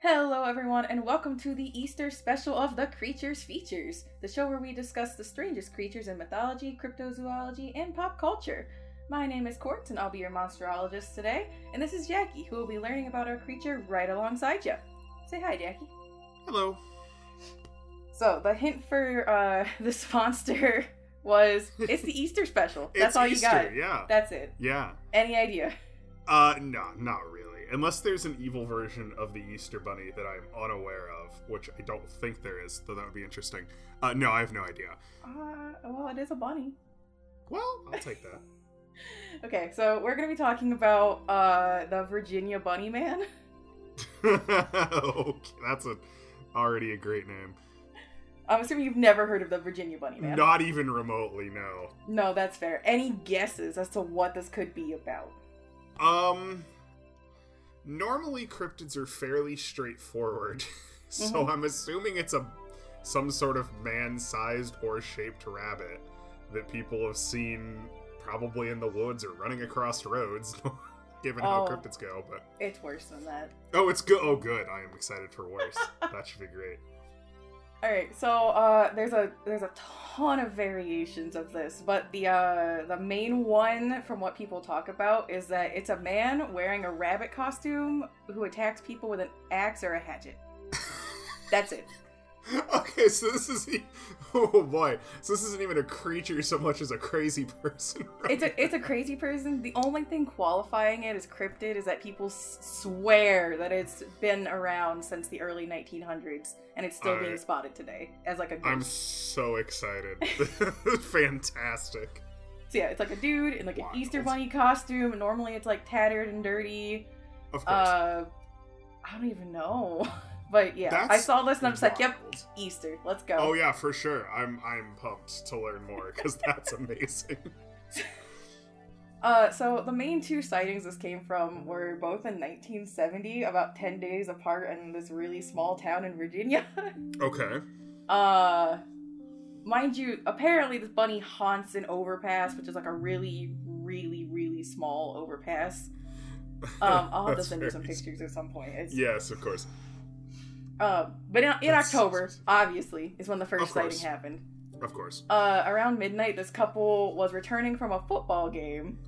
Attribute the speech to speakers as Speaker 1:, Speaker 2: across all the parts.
Speaker 1: Hello, everyone, and welcome to the Easter special of The Creatures Features, the show where we discuss the strangest creatures in mythology, cryptozoology, and pop culture. My name is Quartz, and I'll be your monsterologist today, and this is Jackie, who will be learning about our creature right alongside you. Say hi, Jackie.
Speaker 2: Hello.
Speaker 1: So, the hint for uh, this monster was it's the Easter special. That's
Speaker 2: It's
Speaker 1: all
Speaker 2: Easter,
Speaker 1: you got.
Speaker 2: Yeah.
Speaker 1: That's it.
Speaker 2: yeah.
Speaker 1: Any idea?
Speaker 2: Uh, no, not really. Unless there's an evil version of the Easter Bunny that I'm unaware of, which I don't think there is, though that would be interesting. Uh, no, I have no idea.
Speaker 1: Uh, well, it is a bunny.
Speaker 2: Well, I'll take that.
Speaker 1: Okay, so we're going to be talking about uh, the Virginia Bunny Man.
Speaker 2: okay, that's a, already a great name.
Speaker 1: I'm assuming you've never heard of the Virginia Bunny Man.
Speaker 2: Not even remotely, no.
Speaker 1: No, that's fair. Any guesses as to what this could be about?
Speaker 2: Um, normally cryptids are fairly straightforward, so
Speaker 1: Mhm.
Speaker 2: I'm assuming it's a some sort of man-sized or shaped rabbit that people have seen probably in the woods or running across roads, given how
Speaker 1: Oh.
Speaker 2: cryptids go. But
Speaker 1: It's worse than that.
Speaker 2: oh, it's good. Oh, good. I am excited for worse. that should be great.
Speaker 1: All right, so uh, there's a there's a ton of variations of this, but the uh, the main one from what people talk about is that it's a man wearing a rabbit costume who attacks people with an axe or a hatchet. That's it.
Speaker 2: Okay, so this is e- oh boy, so this isn't even a creature so much as a crazy person. right?
Speaker 1: It's a it's a crazy person. The only thing qualifying it as cryptid is that people s- swear that it's been around since the early 1900s and it's still being
Speaker 2: Alright.
Speaker 1: spotted today as like a
Speaker 2: I'm
Speaker 1: ghost.
Speaker 2: so excited. Fantastic.
Speaker 1: So yeah, it's like a dude in like an
Speaker 2: Wild.
Speaker 1: Easter bunny costume. and Normally it's like tattered and dirty.
Speaker 2: Of course.
Speaker 1: Uh, I don't even know, but yeah, I
Speaker 2: That's
Speaker 1: saw this and I'm just like, yep,
Speaker 2: wild.
Speaker 1: Easter. Let's go.
Speaker 2: Oh yeah, for sure. I'm I'm pumped to learn more because that's amazing.
Speaker 1: Uh, so the main two sightings this came from were both in 1970, about 10 days apart, in this really small town in Virginia.
Speaker 2: Okay.
Speaker 1: Uh, mind you, apparently this bunny haunts an overpass, which is like a really, really, really small overpass. Um, I'll have to
Speaker 2: That's
Speaker 1: send you some
Speaker 2: very-
Speaker 1: pictures at some point. It's,
Speaker 2: Yes, of course.
Speaker 1: Um, but in, in
Speaker 2: That's-
Speaker 1: October, obviously, is when the first
Speaker 2: Of
Speaker 1: sighting
Speaker 2: course.
Speaker 1: happened.
Speaker 2: Of course.
Speaker 1: Uh, around midnight, this couple was returning from a football game.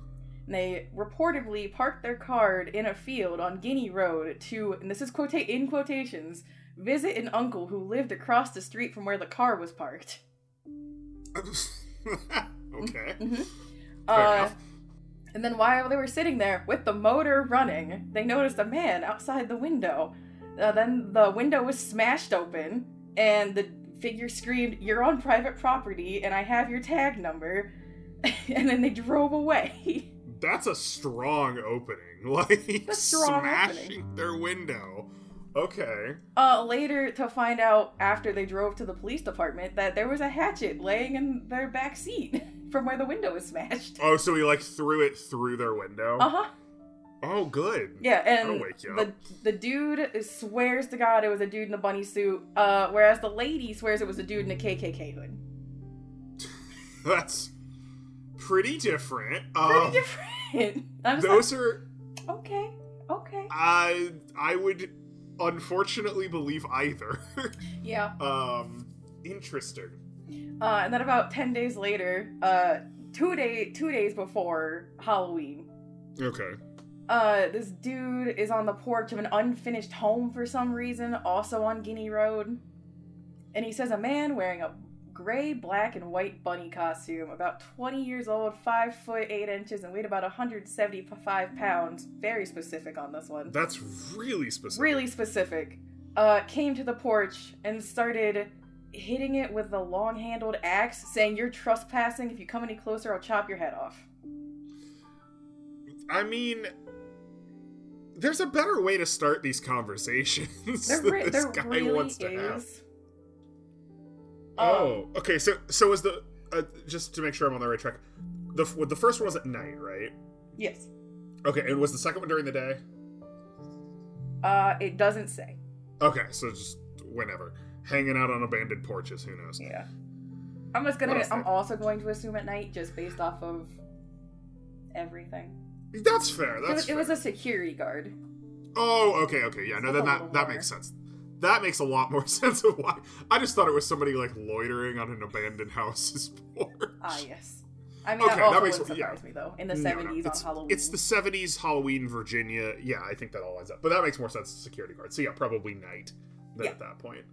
Speaker 1: And they reportedly parked their car in a field on Guinea Road to, and this is quote in quotations, visit an uncle who lived across the street from where the car was parked.
Speaker 2: okay.
Speaker 1: Mhm.
Speaker 2: Fair
Speaker 1: Uh,
Speaker 2: enough.
Speaker 1: and then while they were sitting there with the motor running, they noticed a man outside the window. Uh, then the window was smashed open, and the figure screamed, You're on private property, and I have your tag number. and then they drove away.
Speaker 2: That's a strong opening. Like
Speaker 1: a strong
Speaker 2: smashing
Speaker 1: opening.
Speaker 2: their window. Okay.
Speaker 1: Uh, later, to find out after they drove to the police department that there was a hatchet laying in their back seat from where the window was smashed.
Speaker 2: Oh, so he like threw it through their window.
Speaker 1: Uh huh.
Speaker 2: Oh, good.
Speaker 1: Yeah,
Speaker 2: That'll
Speaker 1: and
Speaker 2: wake you
Speaker 1: the the dude swears to God it was a dude in a bunny suit, uh, whereas the lady swears it was a dude in a KKK hood.
Speaker 2: That's pretty different.
Speaker 1: Pretty
Speaker 2: Um,
Speaker 1: different. I'm just
Speaker 2: Those are
Speaker 1: like, okay, okay,
Speaker 2: I I would unfortunately believe either.
Speaker 1: yeah.
Speaker 2: um interesting.
Speaker 1: Uh, and then about ten days later, uh, two day two days before Halloween,
Speaker 2: Okay.
Speaker 1: uh, this dude is on the porch of an unfinished home for some reason, also on Guinea Road. And he says a man wearing a gray, black, and white bunny costume, about 20 years old, 5 foot 8 inches, and weighed about 175 pounds. Very specific on this one.
Speaker 2: That's really specific.
Speaker 1: Really specific. Uh, came to the porch and started hitting it with the long handled axe, saying, You're trespassing. If you come any closer, I'll chop your head off.
Speaker 2: I mean there's a better way to start these conversations.
Speaker 1: There,
Speaker 2: that
Speaker 1: re-
Speaker 2: this
Speaker 1: there
Speaker 2: guy
Speaker 1: really
Speaker 2: wants to have.
Speaker 1: is. Um,
Speaker 2: Oh, okay. So so was the uh, just to make sure I'm on the right track. The f- the first one was at night, right?
Speaker 1: Yes.
Speaker 2: Okay, and was the second one during the day?
Speaker 1: Uh, it doesn't say.
Speaker 2: Okay, so just whenever hanging out on abandoned porches, who knows?
Speaker 1: Yeah. I'm just gonna.
Speaker 2: What else
Speaker 1: I'm
Speaker 2: there?
Speaker 1: also going to assume at night, just based off of everything.
Speaker 2: That's fair.
Speaker 1: It
Speaker 2: That's
Speaker 1: was- it was
Speaker 2: fair.
Speaker 1: a security guard.
Speaker 2: Oh, okay, okay, yeah. No,
Speaker 1: It's like a
Speaker 2: then that
Speaker 1: little
Speaker 2: that
Speaker 1: water.
Speaker 2: makes sense. That makes a lot more sense of why. I just thought it was somebody like loitering on an abandoned house's porch.
Speaker 1: Ah, yes. I mean,
Speaker 2: Okay,
Speaker 1: that also
Speaker 2: that makes-
Speaker 1: wouldn't
Speaker 2: yeah.
Speaker 1: surprise me though. In the
Speaker 2: No, no,
Speaker 1: seventies on
Speaker 2: it's-
Speaker 1: Halloween,
Speaker 2: It's the seventies Halloween Virginia. Yeah, I think that all lines up. But that makes more sense to security guard. So yeah, probably night than
Speaker 1: Yeah.
Speaker 2: at that point.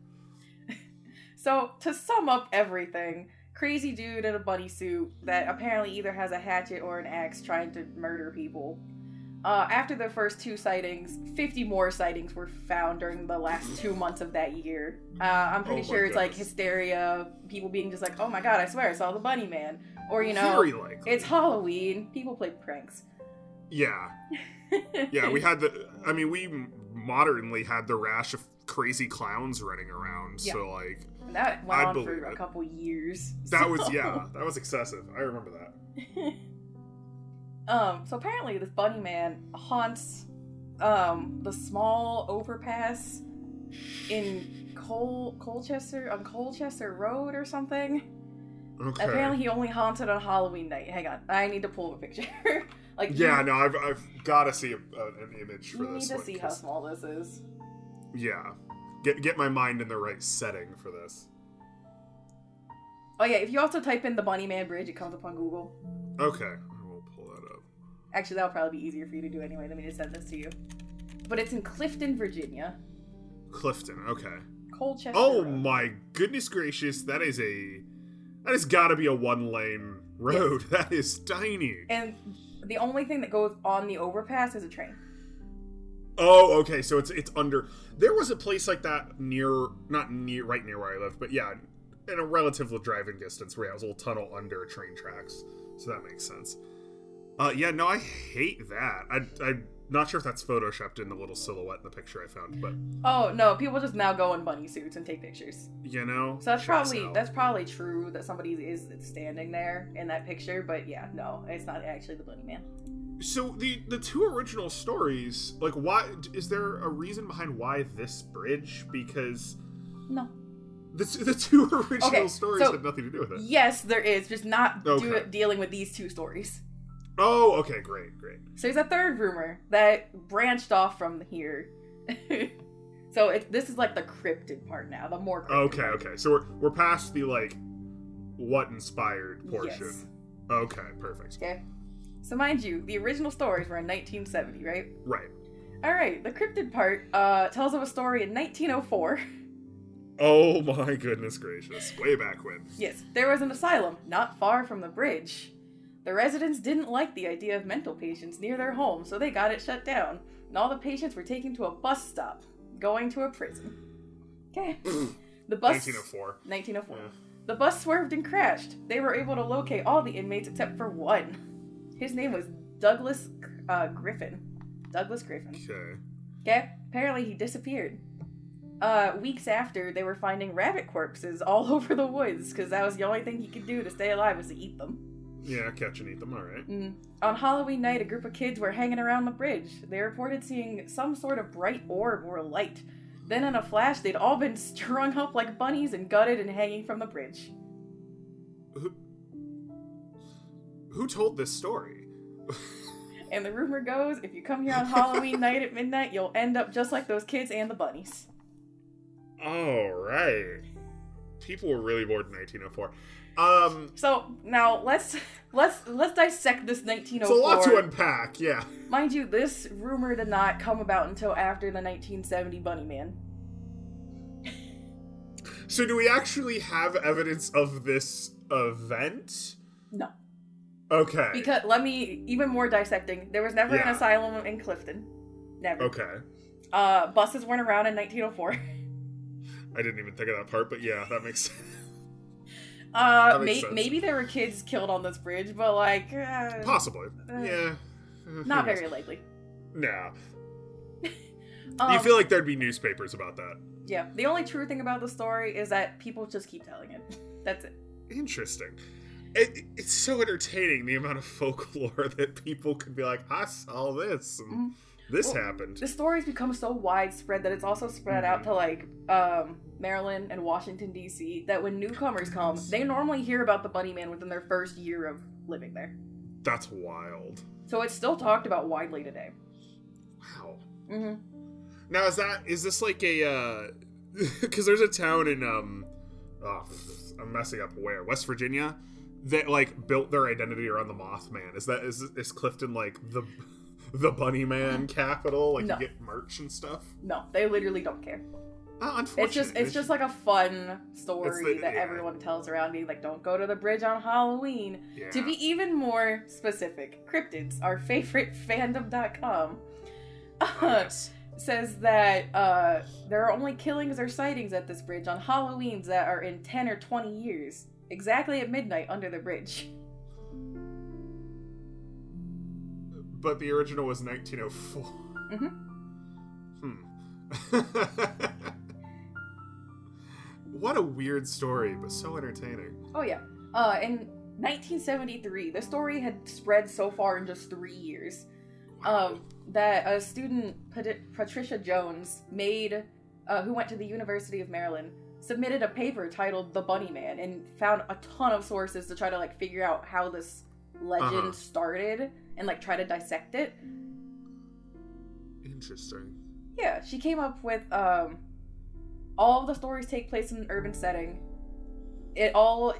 Speaker 1: So, to sum up everything, crazy dude in a bunny suit that apparently either has a hatchet or an axe trying to murder people. Uh, after the first two sightings, 50 more sightings were found during the last two months of that year. Uh, I'm pretty
Speaker 2: Oh my
Speaker 1: sure it's like
Speaker 2: goodness.
Speaker 1: hysteria, people being just like, oh my god, I swear I saw the bunny man. Or, you know,
Speaker 2: Very likely.
Speaker 1: it's Halloween, people play pranks.
Speaker 2: yeah, yeah. We had the. I mean, we m- modernly had the rash of crazy clowns running around.
Speaker 1: Yeah.
Speaker 2: So like
Speaker 1: And that went
Speaker 2: I'd
Speaker 1: on
Speaker 2: believe
Speaker 1: for a
Speaker 2: it.
Speaker 1: couple years.
Speaker 2: that was
Speaker 1: so-
Speaker 2: yeah, that was excessive. I remember that.
Speaker 1: Um, so apparently this bunny man haunts um the small overpass in Col Colchester on Colchester Road or something.
Speaker 2: Okay.
Speaker 1: Apparently he only haunts it on Halloween night. Hang on, I need to pull up a picture. like
Speaker 2: yeah,
Speaker 1: you,
Speaker 2: no, I've, I've got to see a, a- an image for
Speaker 1: you need
Speaker 2: this
Speaker 1: to
Speaker 2: one,
Speaker 1: see how
Speaker 2: 'cause-
Speaker 1: small this is.
Speaker 2: Yeah, get get my mind in the right setting for this.
Speaker 1: Oh yeah, if you also type in the bunny man bridge, it comes up on Google.
Speaker 2: Okay, I will pull that up.
Speaker 1: Actually, that'll probably be easier for you to do anyway. Let me just send this to you. But it's in Clifton, Virginia,
Speaker 2: Clifton. Okay.
Speaker 1: Colchester.
Speaker 2: Oh
Speaker 1: Road.
Speaker 2: my goodness gracious, that is a that has got to be a one lane road. That is tiny.
Speaker 1: And the only thing that goes on the overpass is a train.
Speaker 2: Oh, okay. So it's it's under. There was a place like that near, not near, right near where I live, but yeah, in a relative driving distance where yeah, it was a little tunnel under train tracks. So that makes sense. Uh, yeah, no, I hate that. I, I'm not sure if that's photoshopped in the little silhouette in the picture I found, but
Speaker 1: Oh no, people just now go in bunny suits and take pictures.
Speaker 2: you know,
Speaker 1: So that's
Speaker 2: checks
Speaker 1: probably
Speaker 2: out.
Speaker 1: that's probably true that somebody is standing there in that picture, but yeah, no, it's not actually the bunny man.
Speaker 2: So the the two original stories, like, why is there a reason behind why this bridge? Because
Speaker 1: No.
Speaker 2: the t- the two original
Speaker 1: Okay,
Speaker 2: stories
Speaker 1: so-
Speaker 2: had nothing to do with it.
Speaker 1: Yes, there is, just not do,
Speaker 2: Okay.
Speaker 1: dealing with these two stories.
Speaker 2: Oh, okay, great, great.
Speaker 1: So there's a third rumor that branched off from here. so it, this is like the cryptid part now, the more cryptid
Speaker 2: Okay, okay. So we're we're past the like what inspired portion.
Speaker 1: Yes.
Speaker 2: Okay, perfect.
Speaker 1: Okay. So mind you, the original stories were in 1970, right?
Speaker 2: Right.
Speaker 1: All right, the cryptid part uh, tells of a story in 1904.
Speaker 2: Oh my goodness gracious. Way back when.
Speaker 1: Yes, there was an asylum not far from the bridge. The residents didn't like the idea of mental patients near their home, so they got it shut down, and all the patients were taken to a bus stop, going to a prison. Okay. The bus.
Speaker 2: 1904.
Speaker 1: 1904.
Speaker 2: Yeah.
Speaker 1: The bus swerved and crashed. They were able to locate all the inmates except for one. His name was Douglas uh, Griffin. Douglas Griffin.
Speaker 2: Okay.
Speaker 1: Okay. Apparently, he disappeared. Uh, weeks after, they were finding rabbit corpses all over the woods because that was the only thing he could do to stay alive was to eat them.
Speaker 2: Yeah, catch and eat them, alright.
Speaker 1: Mm. On Halloween night, a group of kids were hanging around the bridge. They reported seeing some sort of bright orb or light. Then, in a flash, they'd all been strung up like bunnies and gutted and hanging from the bridge.
Speaker 2: Who Who told this story?
Speaker 1: And the rumor goes if you come here on Halloween night at midnight, you'll end up just like those kids and the bunnies.
Speaker 2: All right. People were really bored in 1904. Um,
Speaker 1: So now let's let's let's dissect this 1904.
Speaker 2: it's a lot to unpack. Yeah.
Speaker 1: Mind you, this rumor did not come about until after the 1970 Bunny Man.
Speaker 2: So, do we actually have evidence of this event?
Speaker 1: No.
Speaker 2: Okay.
Speaker 1: Because let me even more dissecting. There was never
Speaker 2: Yeah.
Speaker 1: an asylum in Clifton. Never.
Speaker 2: okay.
Speaker 1: Uh, buses weren't around in 1904.
Speaker 2: I didn't even think of that part, but yeah, that makes sense.
Speaker 1: Uh,
Speaker 2: That makes
Speaker 1: may-
Speaker 2: sense.
Speaker 1: maybe there were kids killed on this bridge, but like, uh,
Speaker 2: Possibly. Yeah. Uh,
Speaker 1: not
Speaker 2: Who knows?
Speaker 1: very likely.
Speaker 2: No.
Speaker 1: Um,
Speaker 2: you feel like there'd be newspapers about that.
Speaker 1: yeah. The only true thing about the story is that people just keep telling it. That's it.
Speaker 2: Interesting. It, it's so entertaining the amount of folklore that people could be like, I saw this, and this
Speaker 1: Mm-hmm. Well,
Speaker 2: happened.
Speaker 1: The story's become so widespread that it's also spread out to like um, Maryland and Washington D.C. That when newcomers come, they normally hear about the Bunny Man within their first year of living there.
Speaker 2: That's wild.
Speaker 1: So it's still talked about widely today.
Speaker 2: Wow.
Speaker 1: Mm-hmm.
Speaker 2: Now is that is this like a because there's a town in um oh, I'm messing up where West Virginia that like built their identity around the Mothman. Is that is is Clifton like the the Bunny Man capital? Like
Speaker 1: Mm-hmm. No.
Speaker 2: you get merch and stuff.
Speaker 1: No, they literally don't care.
Speaker 2: Oh, unfortunately,
Speaker 1: It's just Uh, it's just like a fun story
Speaker 2: the-
Speaker 1: that
Speaker 2: yeah.
Speaker 1: everyone tells around me. Like, don't go to the bridge on Halloween.
Speaker 2: yeah.
Speaker 1: To be even more specific, cryptids, our favorite fandom.com, uh,
Speaker 2: Yes.
Speaker 1: says that uh, there are only killings or sightings at this bridge on Halloweens that are in 10 or 20 years, exactly at midnight under the bridge.
Speaker 2: But the original was 1904.
Speaker 1: Mm-hmm.
Speaker 2: Hmm. what a weird story, but so entertaining.
Speaker 1: Oh, yeah. Uh, in 1973, the story had spread so far in just three years. um, that a student, Pat- Patricia Jones, made, uh, who went to the University of Maryland, submitted a paper titled "The Bunny Man" and found a ton of sources to try to like figure out how this legend
Speaker 2: Uh-huh.
Speaker 1: started and like try to dissect it.
Speaker 2: Interesting.
Speaker 1: Yeah, she came up with um, all the stories take place in an urban setting. It all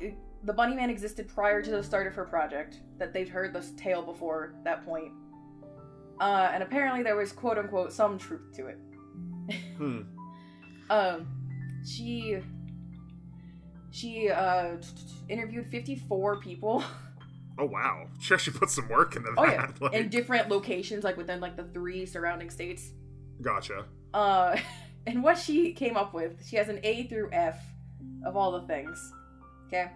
Speaker 1: the Bunny Man existed prior to the start of her project. That they'd heard this tale before that point, uh, and apparently there was quote unquote some truth to it.
Speaker 2: Hmm.
Speaker 1: Um, she she uh, t- t- interviewed fifty four people
Speaker 2: Oh wow. She actually put some work into that.
Speaker 1: Oh, yeah.
Speaker 2: Like,
Speaker 1: in different locations, like within like the three surrounding states.
Speaker 2: gotcha.
Speaker 1: Uh, and what she came up with, she has an A through F of all the things. Okay.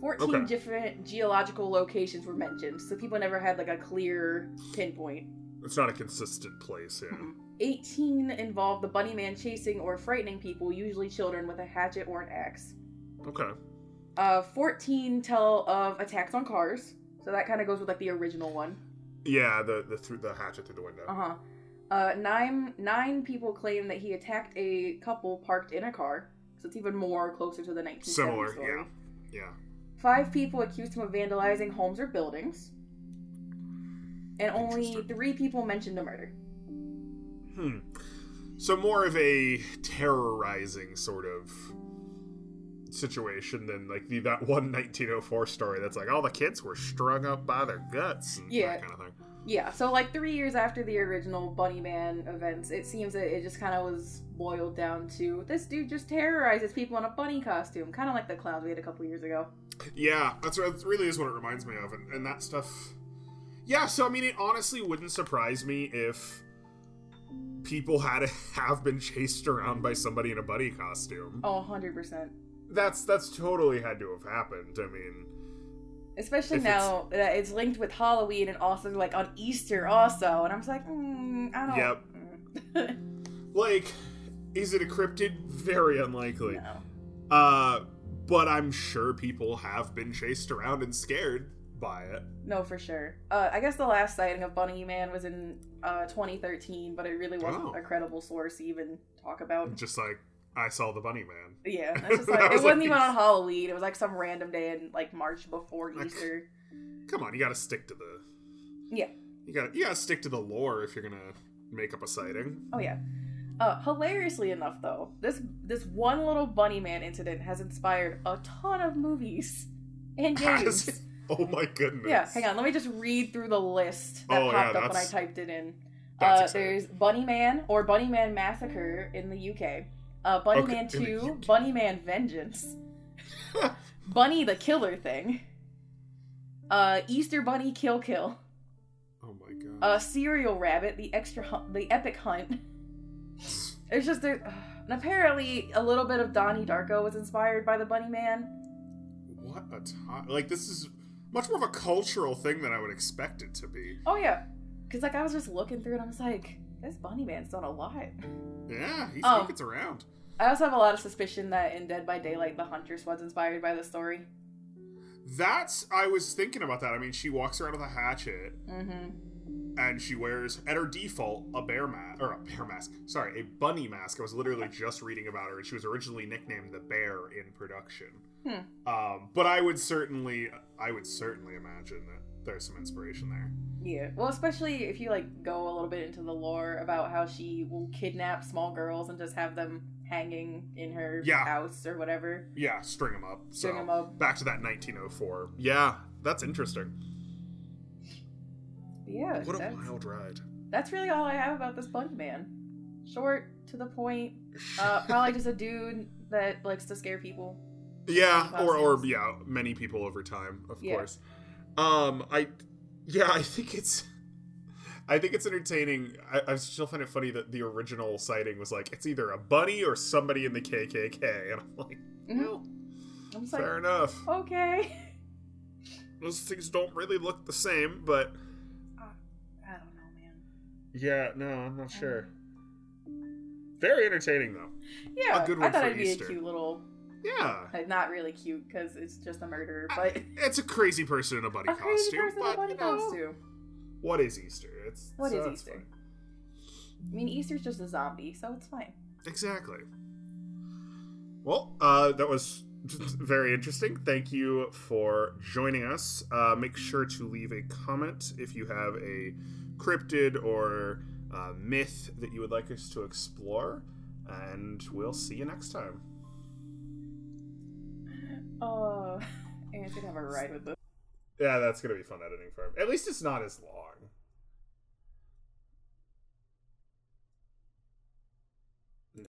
Speaker 1: 14
Speaker 2: Okay.
Speaker 1: different geological locations were mentioned, so people never had like a clear pinpoint.
Speaker 2: It's not a consistent place, yeah.
Speaker 1: Mm-hmm. 18 involved the bunny man chasing or frightening people, usually children, with a hatchet or an axe.
Speaker 2: Okay.
Speaker 1: Uh, 14 tell of attacks on cars, so that kind of goes with like the original one.
Speaker 2: Yeah, the the through the hatchet through the window.
Speaker 1: Uh-huh. Uh nine nine people claim that he attacked a couple parked in a car, so it's even more closer to the 1970s
Speaker 2: Similar,
Speaker 1: story.
Speaker 2: yeah. Yeah.
Speaker 1: Five people accused him of vandalizing homes or buildings, and only
Speaker 2: Interesting.
Speaker 1: three people mentioned a murder.
Speaker 2: Hmm. So more of a terrorizing sort of situation than like the that one 1904 story that's like all the kids were strung up by their guts and
Speaker 1: Yeah.
Speaker 2: that kind of thing.
Speaker 1: Yeah, so like three years after the original Bunny Man events, it seems that it just kind of was boiled down to this dude just terrorizes people in a bunny costume, kind of like the clowns we had a couple years ago.
Speaker 2: Yeah, that's what- that really is what it reminds me of, and, and that stuff. Yeah, so I mean, it honestly wouldn't surprise me if people had have been chased around by somebody in a bunny costume.
Speaker 1: Oh, 100%.
Speaker 2: That's that's totally had to have happened. I mean,
Speaker 1: Especially
Speaker 2: If it's-
Speaker 1: now that it's linked with Halloween and also like on Easter also, and I'm just like, mm, I don't.
Speaker 2: Yep.
Speaker 1: Mm.
Speaker 2: like, is it a cryptid? Very unlikely.
Speaker 1: no.
Speaker 2: Uh, but I'm sure people have been chased around and scared by it.
Speaker 1: No, for sure. Uh, I guess the last sighting of Bunny Man was in uh, 2013, but it really wasn't
Speaker 2: Oh.
Speaker 1: a credible source to even talk about.
Speaker 2: Just like I saw the bunny man.
Speaker 1: Yeah, that's just
Speaker 2: I
Speaker 1: like it
Speaker 2: was
Speaker 1: wasn't
Speaker 2: like-
Speaker 1: even on Halloween. It was like some random day in like March before
Speaker 2: Like-
Speaker 1: Easter.
Speaker 2: Come on, you got to stick to the.
Speaker 1: Yeah.
Speaker 2: You got to you got to stick to the lore if you're gonna make up a sighting.
Speaker 1: Oh yeah. Uh, hilariously enough, though, this this one little Bunny Man incident has inspired a ton of movies and
Speaker 2: Has
Speaker 1: games.
Speaker 2: it? Oh my goodness.
Speaker 1: Yeah, hang on. Let me just read through the list that
Speaker 2: Oh, yeah,
Speaker 1: popped up when I
Speaker 2: that's-
Speaker 1: typed it in.
Speaker 2: That's
Speaker 1: Uh,
Speaker 2: exciting.
Speaker 1: there's Bunny Man or Bunny Man Massacre in the UK. Uh, Bunny
Speaker 2: Okay,
Speaker 1: Man
Speaker 2: in the
Speaker 1: 2,
Speaker 2: UK.
Speaker 1: Bunny Man Vengeance, Bunny the Killer Thing, uh, Easter Bunny Kill Kill,
Speaker 2: Oh my god.
Speaker 1: uh, Serial Rabbit, the extra hunt, the epic hunt. It's just there, and apparently a little bit of Donnie Darko was inspired by the Bunny Man.
Speaker 2: what a time! Like this is much more of a cultural thing than I would expect it to be.
Speaker 1: Oh yeah, because like I was just looking through it, I was like, this Bunny Man's done a lot.
Speaker 2: Yeah, he still
Speaker 1: Um,
Speaker 2: gets around.
Speaker 1: I also have a lot of suspicion that in Dead by Daylight, the Huntress was inspired by the story.
Speaker 2: That's I was thinking about that. I mean, she walks around with a hatchet.
Speaker 1: Mm-hmm.
Speaker 2: and she wears at her default a bear mask or a bear mask sorry a bunny mask i was literally just reading about her and she was originally nicknamed the bear
Speaker 1: Hmm.
Speaker 2: in production um, but i would certainly i would certainly imagine that there's some inspiration there.
Speaker 1: Yeah. Well, especially if you like go a little bit into the lore about how she will kidnap small girls and just have them hanging in her
Speaker 2: Yeah.
Speaker 1: house or whatever.
Speaker 2: Yeah, string them up. So
Speaker 1: String 'em up.
Speaker 2: back to that 1904. Yeah, that's interesting.
Speaker 1: Yeah.
Speaker 2: What a
Speaker 1: that's,
Speaker 2: wild ride.
Speaker 1: that's really all I have about this Bunny Man. Short, to the point. Uh, probably just a dude that likes to scare people.
Speaker 2: Yeah, or or
Speaker 1: Buses.
Speaker 2: yeah, many people over time, of
Speaker 1: Yeah.
Speaker 2: course. Um, I yeah, I think it's I think it's entertaining. I, I still find it funny that the original sighting was like it's either a bunny or somebody in the KKK, and I'm like,
Speaker 1: Mhm.
Speaker 2: well,
Speaker 1: I'm just
Speaker 2: fair
Speaker 1: like,
Speaker 2: enough.
Speaker 1: okay.
Speaker 2: Those things don't really look the same, but
Speaker 1: I don't know, man.
Speaker 2: yeah, no, I'm not sure. Very entertaining though.
Speaker 1: Yeah,
Speaker 2: A good
Speaker 1: I
Speaker 2: one
Speaker 1: thought
Speaker 2: for
Speaker 1: it'd be
Speaker 2: Easter.
Speaker 1: a cute little,
Speaker 2: Yeah,
Speaker 1: like, not really cute because it's just a murder, but
Speaker 2: it's a crazy person in a bunny
Speaker 1: a crazy
Speaker 2: costume.
Speaker 1: person in
Speaker 2: but,
Speaker 1: a bunny
Speaker 2: you know,
Speaker 1: costume.
Speaker 2: What is Easter? It's
Speaker 1: What
Speaker 2: so
Speaker 1: is
Speaker 2: it's
Speaker 1: Easter?
Speaker 2: fine.
Speaker 1: I mean, Easter's just a zombie, so it's fine.
Speaker 2: Exactly. Well, uh, that was very interesting. Thank you for joining us. Uh, make sure to leave a comment if you have a cryptid or uh, myth that you would like us to explore, and we'll see you next time.
Speaker 1: Oh, Aaron's gonna have a ride with this.
Speaker 2: Yeah, that's gonna be fun editing for him. At least it's not as long.